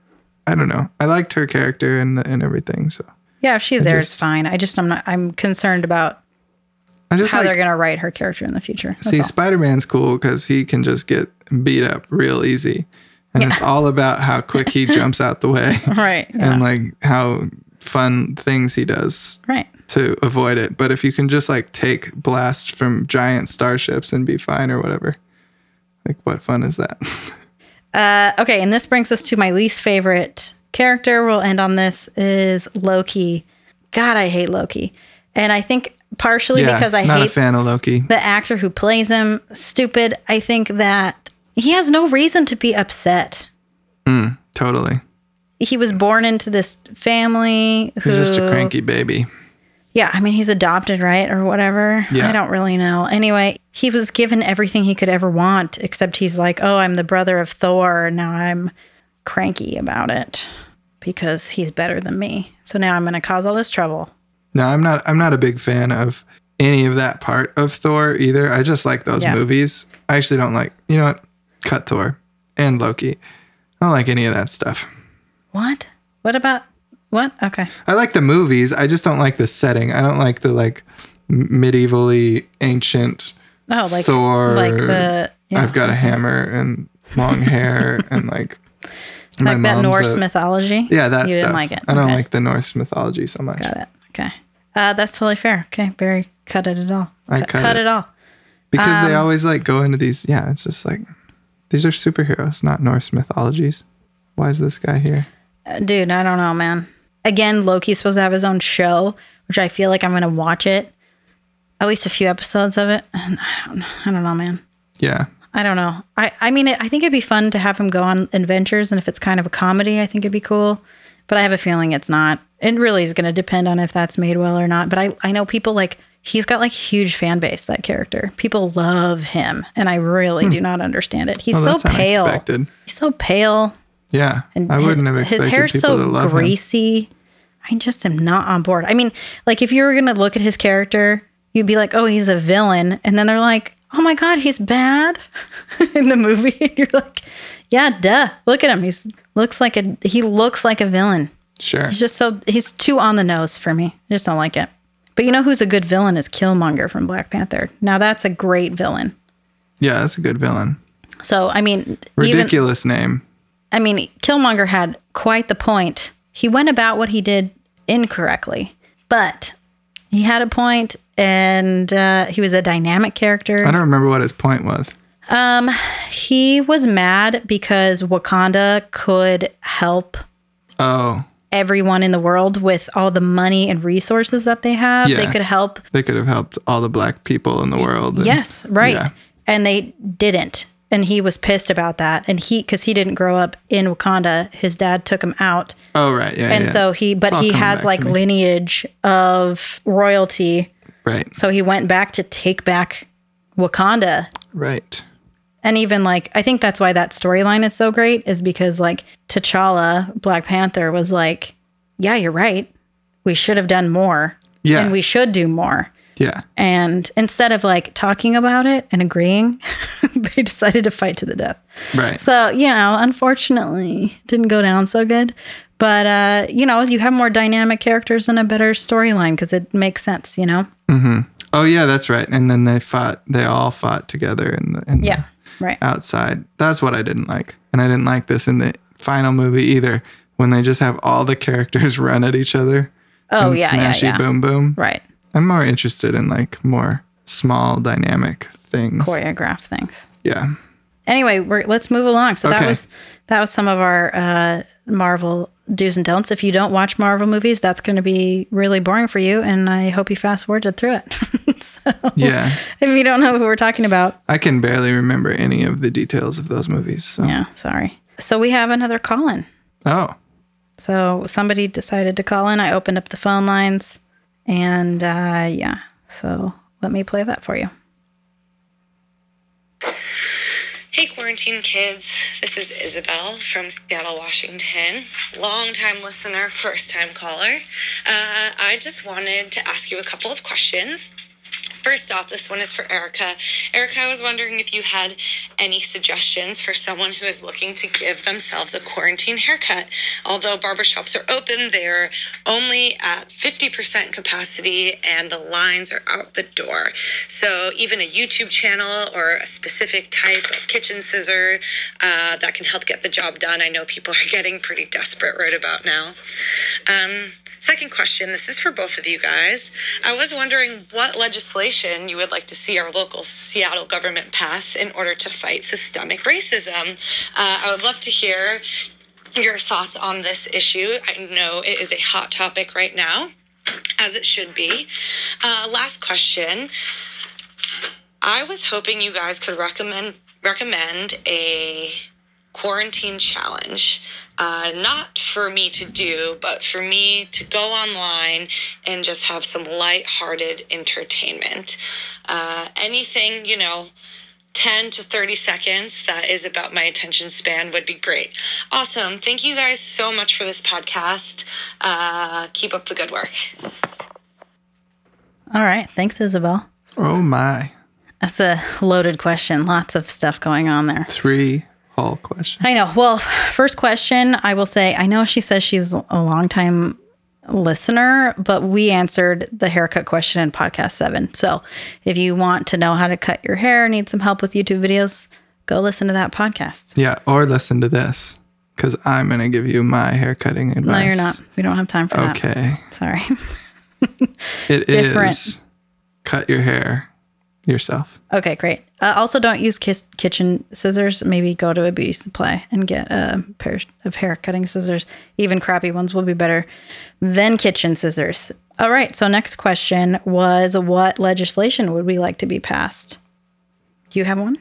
I don't know. I liked her character and and everything. So
Yeah, if she's there, it's
just-
fine. I just I'm not I'm concerned about
I just
how
like
they're going to write her character in the future. That's
See,
all.
Spider Man's cool because he can just get beat up real easy. And it's all about how quick he jumps out the way
right. Yeah.
and like how fun things he does
right.
to avoid it. But if you can just like take blasts from giant starships and be fine or whatever, like what fun is that?
Uh, okay, and this brings us to my least favorite character. We'll end on this is Loki. God, I hate Loki. And I think partially
yeah,
because I
not
hate
a fan of Loki.
the actor who plays him stupid. I think that he has no reason to be upset.
Totally.
He was born into this family who
He's just a cranky baby.
Yeah, I mean he's adopted, right? Or whatever.
Yeah.
I don't really know. Anyway, he was given everything he could ever want, except he's like, Oh, I'm the brother of Thor, and now I'm cranky about it because he's better than me. So now I'm gonna cause all this trouble.
No, I'm not I'm not a big fan of any of that part of Thor either. I just like those
Yeah.
movies. I actually don't like you know what? Cut Thor and Loki. I don't like any of that stuff.
What? What about what? Okay.
I like the movies. I just don't like the setting. I don't like the like m- medievally ancient
Oh, like
Thor.
like the yeah,
I've got a hammer and long hair and like my
like that
mom's
Norse
a-
mythology.
Yeah, that
you
stuff.
didn't like it.
I don't
Okay.
like the Norse mythology so much.
Got it. Okay. Uh, that's totally fair. Okay. Barry cut it at all.
I
Cut,
cut
cut
it.
it. all.
Because
Um,
they always like go into these. Yeah, it's just like these are superheroes, not Norse mythologies. Why is this guy here?
Uh, Dude, I don't know, man. Again, Loki's supposed to have his own show, which I feel like I'm going to watch it, at least a few episodes of it. And I don't, I don't know, man.
Yeah,
I don't know. I, I mean, I think it'd be fun to have him go on adventures. And if it's kind of a comedy, I think it'd be cool. But I have a feeling it's not. It really is going to depend on if that's made well or not. But I, I know people like, he's got like huge fan base, that character. People love him. And I really do not understand it. He's
Well,
so pale.
Oh, unexpected.
He's so pale.
Yeah,
And
I
his-
wouldn't have expected
his hair's
people
so
to love him.
greasy. I just am not on board. I mean, like if you were gonna look at his character, you'd be like, "Oh, he's a villain," and then they're like, "Oh my god, he's bad" in the movie, and you're like, "Yeah, duh. Look at him. He's looks like a he looks like a villain.
Sure.
He's just so he's too on the nose for me. I just don't like it." But you know who's a good villain is Killmonger from Black Panther. Now that's a great villain.
Yeah, that's a good villain.
So I mean, even
Ridiculous name.
I mean, Killmonger had quite the point. He went about what he did incorrectly, but he had a point, and uh, he was a dynamic
I
character.
don't remember what his point was.
He was mad because Wakanda could help
Oh,
everyone in the world with all the money and resources that they have. They
Yeah.
could help.
they could have helped all the black people in the world. and-
Yes, right.
Yeah.
And they didn't. And he was pissed about that. And he, because he didn't grow up in Wakanda, his dad took him out.
Oh right. Yeah.
and
yeah.
so he
It's
but
all
he
coming
has
back to
like
me.
lineage of royalty
right,
so he went back to take back wakanda
right.
And even like, I think that's why that storyline is so great, is because like T'Challa, Black Panther, was like, yeah, you're right. We should have done more.
Yeah.
And we should do more.
Yeah.
And instead of like talking about it and agreeing, they decided to fight to the death.
Right.
So, you know, unfortunately, didn't go down so good. But, uh, you know, you have more dynamic characters and a better storyline because it makes sense, you know?
Oh yeah, that's right. And then they fought. They all fought together in the, in the
Right.
Uh, outside. That's what I didn't like, and I didn't like this in the final movie either. When they just have all the characters run at each other.
Oh,
and
yeah, yeah,
Smashy
yeah.
boom boom.
Right.
I'm more interested in like more small dynamic things.
Choreograph things.
Yeah.
Anyway, we're, let's move along. So that
Okay.
was that was some of our uh, Marvel do's and don'ts. If you don't watch Marvel movies, that's going to be really boring for you, and I hope you fast forwarded through it. so,
Yeah.
if you don't know who we're talking about,
I can barely remember any of the details of those movies. So.
yeah, sorry. So we have another call in.
Oh,
So somebody decided to call in. I opened up the phone lines, and uh, yeah. So let me play that for you.
Hey, quarantine kids. This is Isabel from Seattle, Washington. Long-time listener, first time caller. Uh, I just wanted to ask you a couple of questions. First off, this one is for Erica. Erica, I was wondering if you had any suggestions for someone who is looking to give themselves a quarantine haircut. Although barbershops are open, they're only at 50% capacity and the lines are out the door. So, even a YouTube channel or a specific type of kitchen scissor uh, that can help get the job done. I know people are getting pretty desperate right about now. Um, second question this is for both of you guys. I was wondering what legislation you would like to see our local Seattle government pass in order to fight systemic racism. Uh, I would love to hear your thoughts on this issue. I know it is a hot topic right now. As it should be. Uh, last question. I was hoping you guys could recommend recommend a quarantine challenge. Uh, not for me to do, but for me to go online and just have some light-hearted entertainment. Uh, anything, you know, 10 to 30 seconds that is about my attention span would be great. Awesome. Thank you guys so much for this podcast. Uh, keep up the good work.
All right, thanks, Isabel.
oh my!
That's a loaded question. Lots of stuff going on there.
Three whole questions.
I know. Well, first question, I will say I know she says she's a longtime listener, but we answered the haircut question in podcast seven. So if you want to know how to cut your hair, need some help with YouTube videos, go listen to that podcast.
Yeah, or listen to this because I'm gonna give you my haircutting advice.
No, you're not. We don't have time for that.
Okay,
Sorry.
It is
Different.
Cut your hair yourself.
okay, great. Uh, also, don't use kiss, kitchen scissors. Maybe go to a beauty supply and get a pair of hair cutting scissors. Even crappy ones will be better than kitchen scissors. All right. So, next question was what legislation would we like to be passed? Do you have one?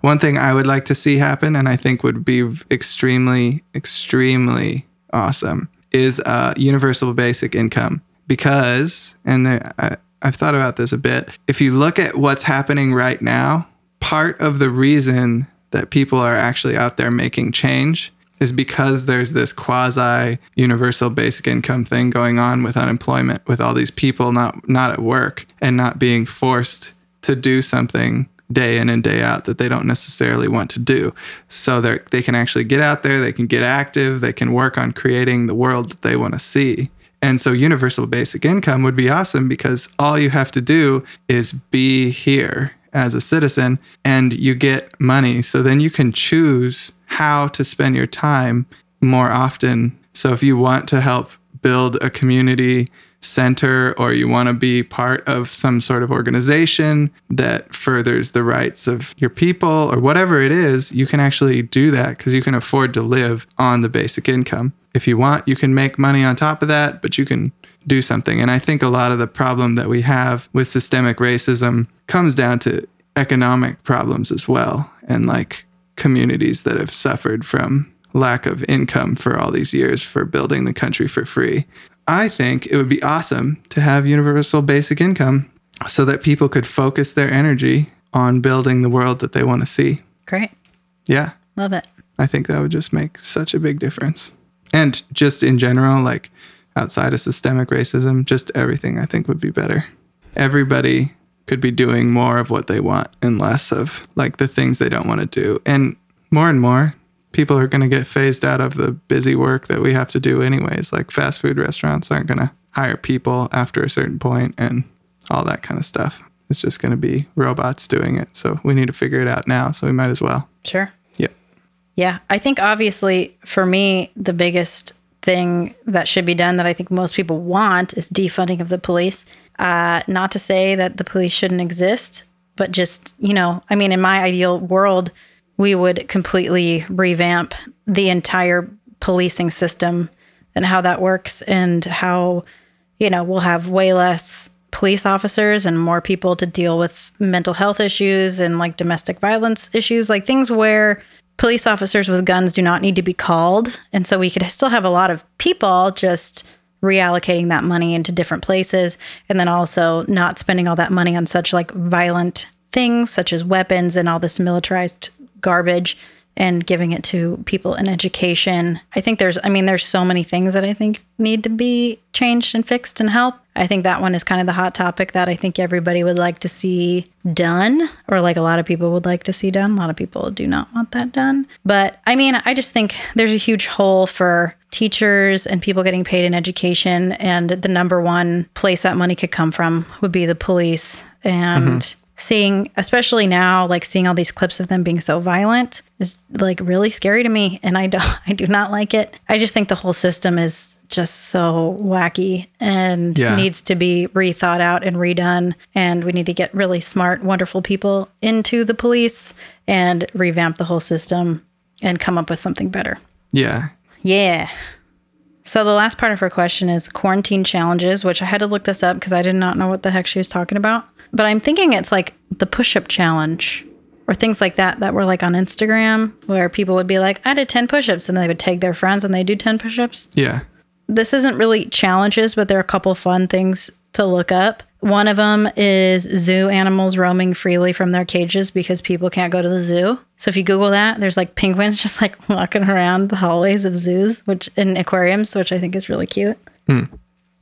One thing I would like to see happen, and I think would be v- extremely, extremely awesome, is uh, universal basic income. Because, and there, I, I've thought about this a bit, if you look at what's happening right now, part of the reason that people are actually out there making change is because there's this quasi universal basic income thing going on with unemployment, with all these people not not at work and not being forced to do something day in and day out that they don't necessarily want to do. So they they can actually get out there, they can get active, they can work on creating the world that they want to see. And so universal basic income would be awesome because all you have to do is be here as a citizen and you get money. So then you can choose how to spend your time more often. So if you want to help build a community center or you want to be part of some sort of organization that furthers the rights of your people or whatever it is, you can actually do that because you can afford to live on the basic income. If you want, you can make money on top of that, but you can do something. And I think a lot of the problem that we have with systemic racism comes down to economic problems as well and like communities that have suffered from lack of income for all these years for building the country for free. I think it would be awesome to have universal basic income so that people could focus their energy on building the world that they want to see
Great.
Yeah.
Love it.
I think that would just make such a big difference. And just in general, like outside of systemic racism, just everything I think would be better. Everybody could be doing more of what they want and less of like the things they don't want to do. And more and more, people are going to get phased out of the busy work that we have to do, anyways. Like fast food restaurants aren't going to hire people after a certain point and all that kind of stuff. It's just going to be robots doing it. So we need to figure it out now. So we might as well.
Sure.
Yep.
Yeah, I think obviously for me, the biggest thing that should be done that I think most people want is defunding of the police. Uh, not to say that the police shouldn't exist, but just, you know, I mean, in my ideal world, we would completely revamp the entire policing system and how that works and how, you know, we'll have way less police officers and more people to deal with mental health issues and like domestic violence issues, like things where police officers with guns do not need to be called. And so we could still have a lot of people just reallocating that money into different places and then also not spending all that money on such like violent things such as weapons and all this militarized garbage and giving it to people in education. I think there's I mean there's so many things that I think need to be changed and fixed and help. I think that one is kind of the hot topic that I think everybody would like to see done or like a lot of people would like to see done. A lot of people do not want that done. But I mean, I just think there's a huge hole for teachers and people getting paid in education and the number one place that money could come from would be the police and seeing especially now like seeing all these clips of them being so violent is like really scary to me and i don't i do not like it i just think the whole system is just so wacky and
Yeah.
needs to be rethought out and redone and we need to get really smart wonderful people into the police and revamp the whole system and come up with something better
Yeah.
yeah. So the last part of her question is quarantine challenges, which I had to look this up because I did not know what the heck she was talking about. But I'm thinking it's like the push-up challenge or things like that that were like on Instagram where people would be like, "I did 10 push-ups," and they would tag their friends and they do 10 push-ups
Yeah.
this isn't really challenges, but there are a couple fun things to look up. One of them is zoo animals roaming freely from their cages because people can't go to the zoo. So if you Google that, there's like penguins just like walking around the hallways of zoos, which in aquariums, which I think is really cute.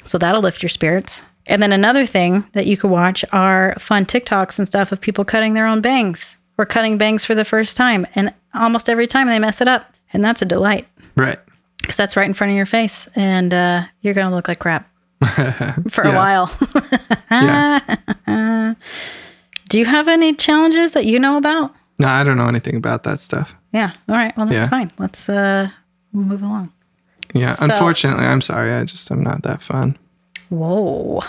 So that'll lift your spirits. And then another thing that you could watch are fun TikToks and stuff of people cutting their own bangs or cutting bangs for the first time. And almost every time they mess it up. And that's a delight
Right.
because that's right in front of your face and uh, you're going to look like crap for a
Yeah.
while.
Yeah.
Do you have any challenges that you know about?
no, I don't know anything about that stuff.
Yeah. All right. Well, that's
Yeah.
fine. Let's uh, move along.
Yeah. Unfortunately, I'm sorry. I just I'm not that fun.
Whoa.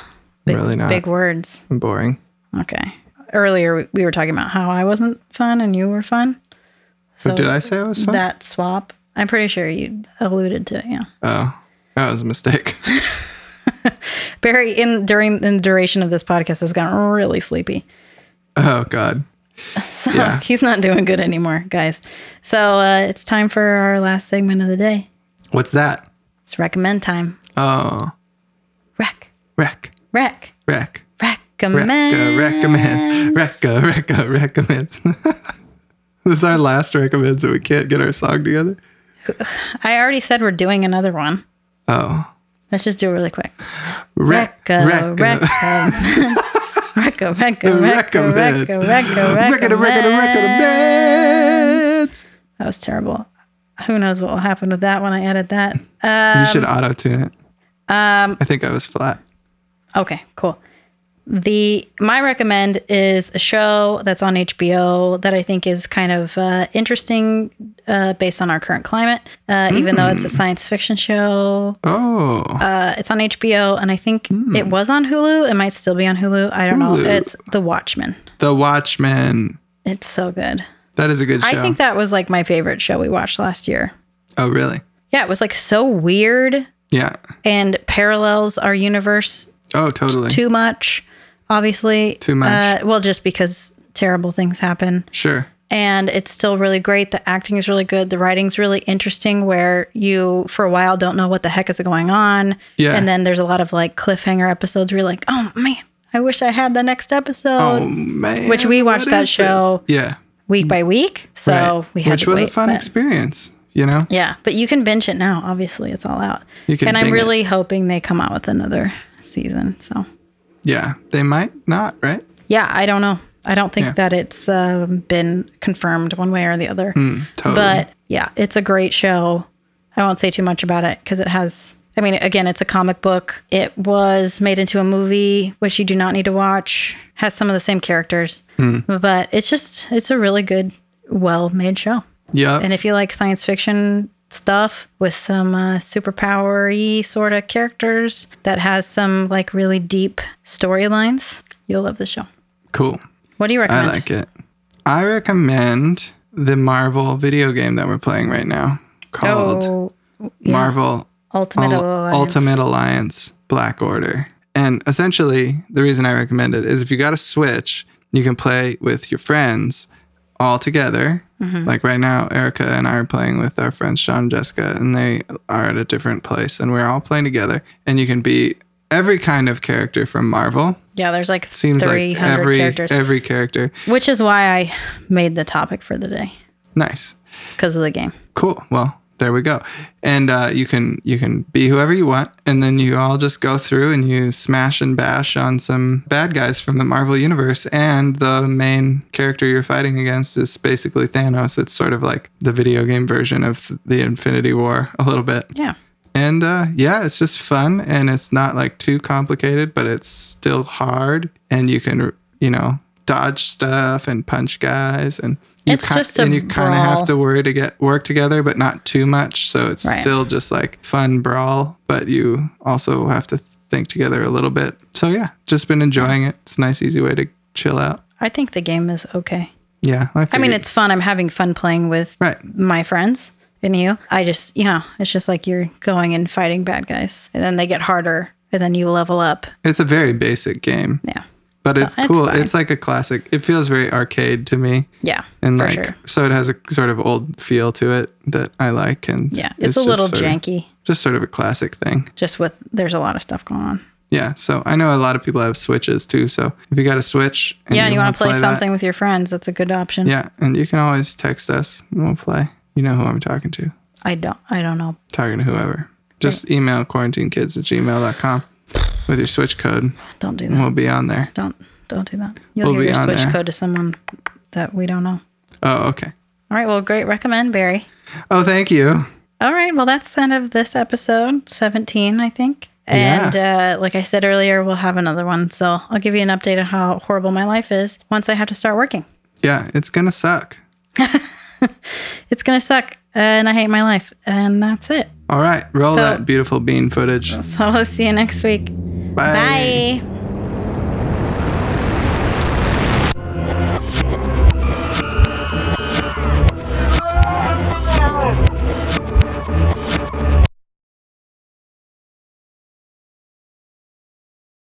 Big,
Really not.
Big words.
I'm boring.
Okay. Earlier, we- we were talking about how I wasn't fun and you were fun. So
Did I say I was fun?
That swap. I'm pretty sure you alluded to it. Yeah.
oh, that was a mistake.
Barry, in during in the duration of this podcast, has gotten really sleepy.
oh God.
So
Yeah.
he's not doing good anymore, guys. So uh, it's time for our last segment of the day.
What's that?
It's recommend time.
Oh,
Rec,
wreck,
rec,
wreck,
recommend.
wreck, recommends, wreck, wreck, recommends. this is our last recommend, so we can't get our song together.
I already said we're doing another one.
Oh,
Let's just do it really quick.
wreck,
Recco,
wreck,
recco. Recco, recco, recco,
recommends,
recco, recco,
wreck,
recommend.
recommends.
That was terrible. Who knows what will happen with that when I edit that. Uh,
You should auto tune it. Um, I think I was flat.
Okay, cool. The my recommend is a show that's on HBO that I think is kind of uh, interesting uh, based on our current climate. Uh, Even though
Hmm.
it's a science fiction show,
Oh,
uh, it's on HBO, and I think it was on Hulu. It might still be on Hulu. I don't
Hmm. Hulu.
know. It's The Watchmen.
The Watchmen.
It's so good.
That is a good show.
I think that was like my favorite show we watched last year.
oh, really?
Yeah, it was like so weird
Yeah.
and parallels our universe
Oh, totally.
too much, obviously.
Too much.
Uh, well, just because terrible things happen.
sure.
And it's still really great. The acting is really good. The writing's really interesting, where you, for a while, don't know what the heck is going on.
Yeah.
And then there's a lot of like cliffhanger episodes where you're like, oh man, I wish I had the next episode.
Oh man.
Which we watched
what
that
is
show.
this? Yeah.
week by week. So
Right.
we had
Which
to
was
wait,
a fun
but-
experience, you know?
Yeah, but you can binge it now. Obviously, it's all out.
You can
and
bing
I'm
it.
really hoping they come out with another season. So
Yeah. They might not, right?
yeah, I don't know. I don't think
Yeah.
that it's um, been confirmed one way or the other.
Totally.
But yeah, it's a great show. I won't say too much about it because it has. I mean, again, it's a comic book. It was made into a movie, which you do not need to watch. Has some of the same characters,
Hmm.
but it's just it's a really good, well-made show.
yeah.
And if you like science fiction stuff with some uh, superpowery sort of characters that has some like really deep storylines, you'll love the show.
cool.
What do you
I
recommend?
like it. I recommend the Marvel video game that we're playing right now called
oh,
Marvel
Ultimate
Ul-
Alliance.
Ultimate Alliance Black Order. And essentially, the reason I recommend it is if you got a Switch, you can play with your friends all together.
Mm-hmm.
Like right now, Erica and I are playing with our friends Sean and Jessica, and they are at a different place, and we're all playing together. And you can be every kind of character from Marvel.
Yeah, there's like
Seems like
300
every
characters,
every character.
which is why I made the topic for the day
Nice.
because of the game.
cool well there we go and uh, you can you can be whoever you want and then you all just go through and you smash and bash on some bad guys from the marvel universe and the main character you're fighting against is basically thanos it's sort of like the video game version of the infinity war a little bit
Yeah.
and uh, yeah, it's just fun and it's not like too complicated, but it's still hard. And you can, you know, dodge stuff and punch guys. And you,
It's just a
and you kind of
brawl.
have to worry to get work together, but not too much. So it's
Right.
still just like fun brawl, but you also have to think together a little bit. So yeah, just been enjoying it. It's a nice, easy way to chill out.
I think the game is okay.
Yeah.
I mean,
figured.
it's fun. I'm having fun playing with
right.
my friends and you. I just, you know, it's just like you're going and fighting bad guys, and then they get harder, and then you level up.
It's a very basic game,
Yeah.
but
So
it's
it's
cool.
fine.
it's like a classic. It feels very arcade to me.
Yeah.
and
for
like
sure.
so it has a sort of old feel to it that I like and
Yeah. It's, a
just
little
sort of-
janky,
just sort of a classic thing.
just with there's a lot of stuff going on.
Yeah, so I know a lot of people have switches too. So if you got a switch,
yeah. And you
wanna
want to play,
that-
something with your friends, that's a good option.
yeah, and you can always text us and we'll play. You know who I'm talking to,
I don't, I don't know.
talking to whoever. Just email quarantinekids at gmail.com with your switch code.
Don't do
And
that.
we'll be on there.
Don't, don't do that. You'll
We'll
give
be
your
on
switch
there.
code to someone that we don't know.
Oh, okay.
All right. Well, great. Recommend Barry.
Oh, thank you.
All right. Well, that's the end of this episode 17, I think. And uh, like I said earlier, we'll have another one. So I'll give you an update on how horrible my life is once I have to start working.
Yeah, it's gonna suck.
It's going to suck. Uh, and I hate my life. And that's it.
All right, roll
So-
that beautiful bean footage.
So I'll see you next week. Bye.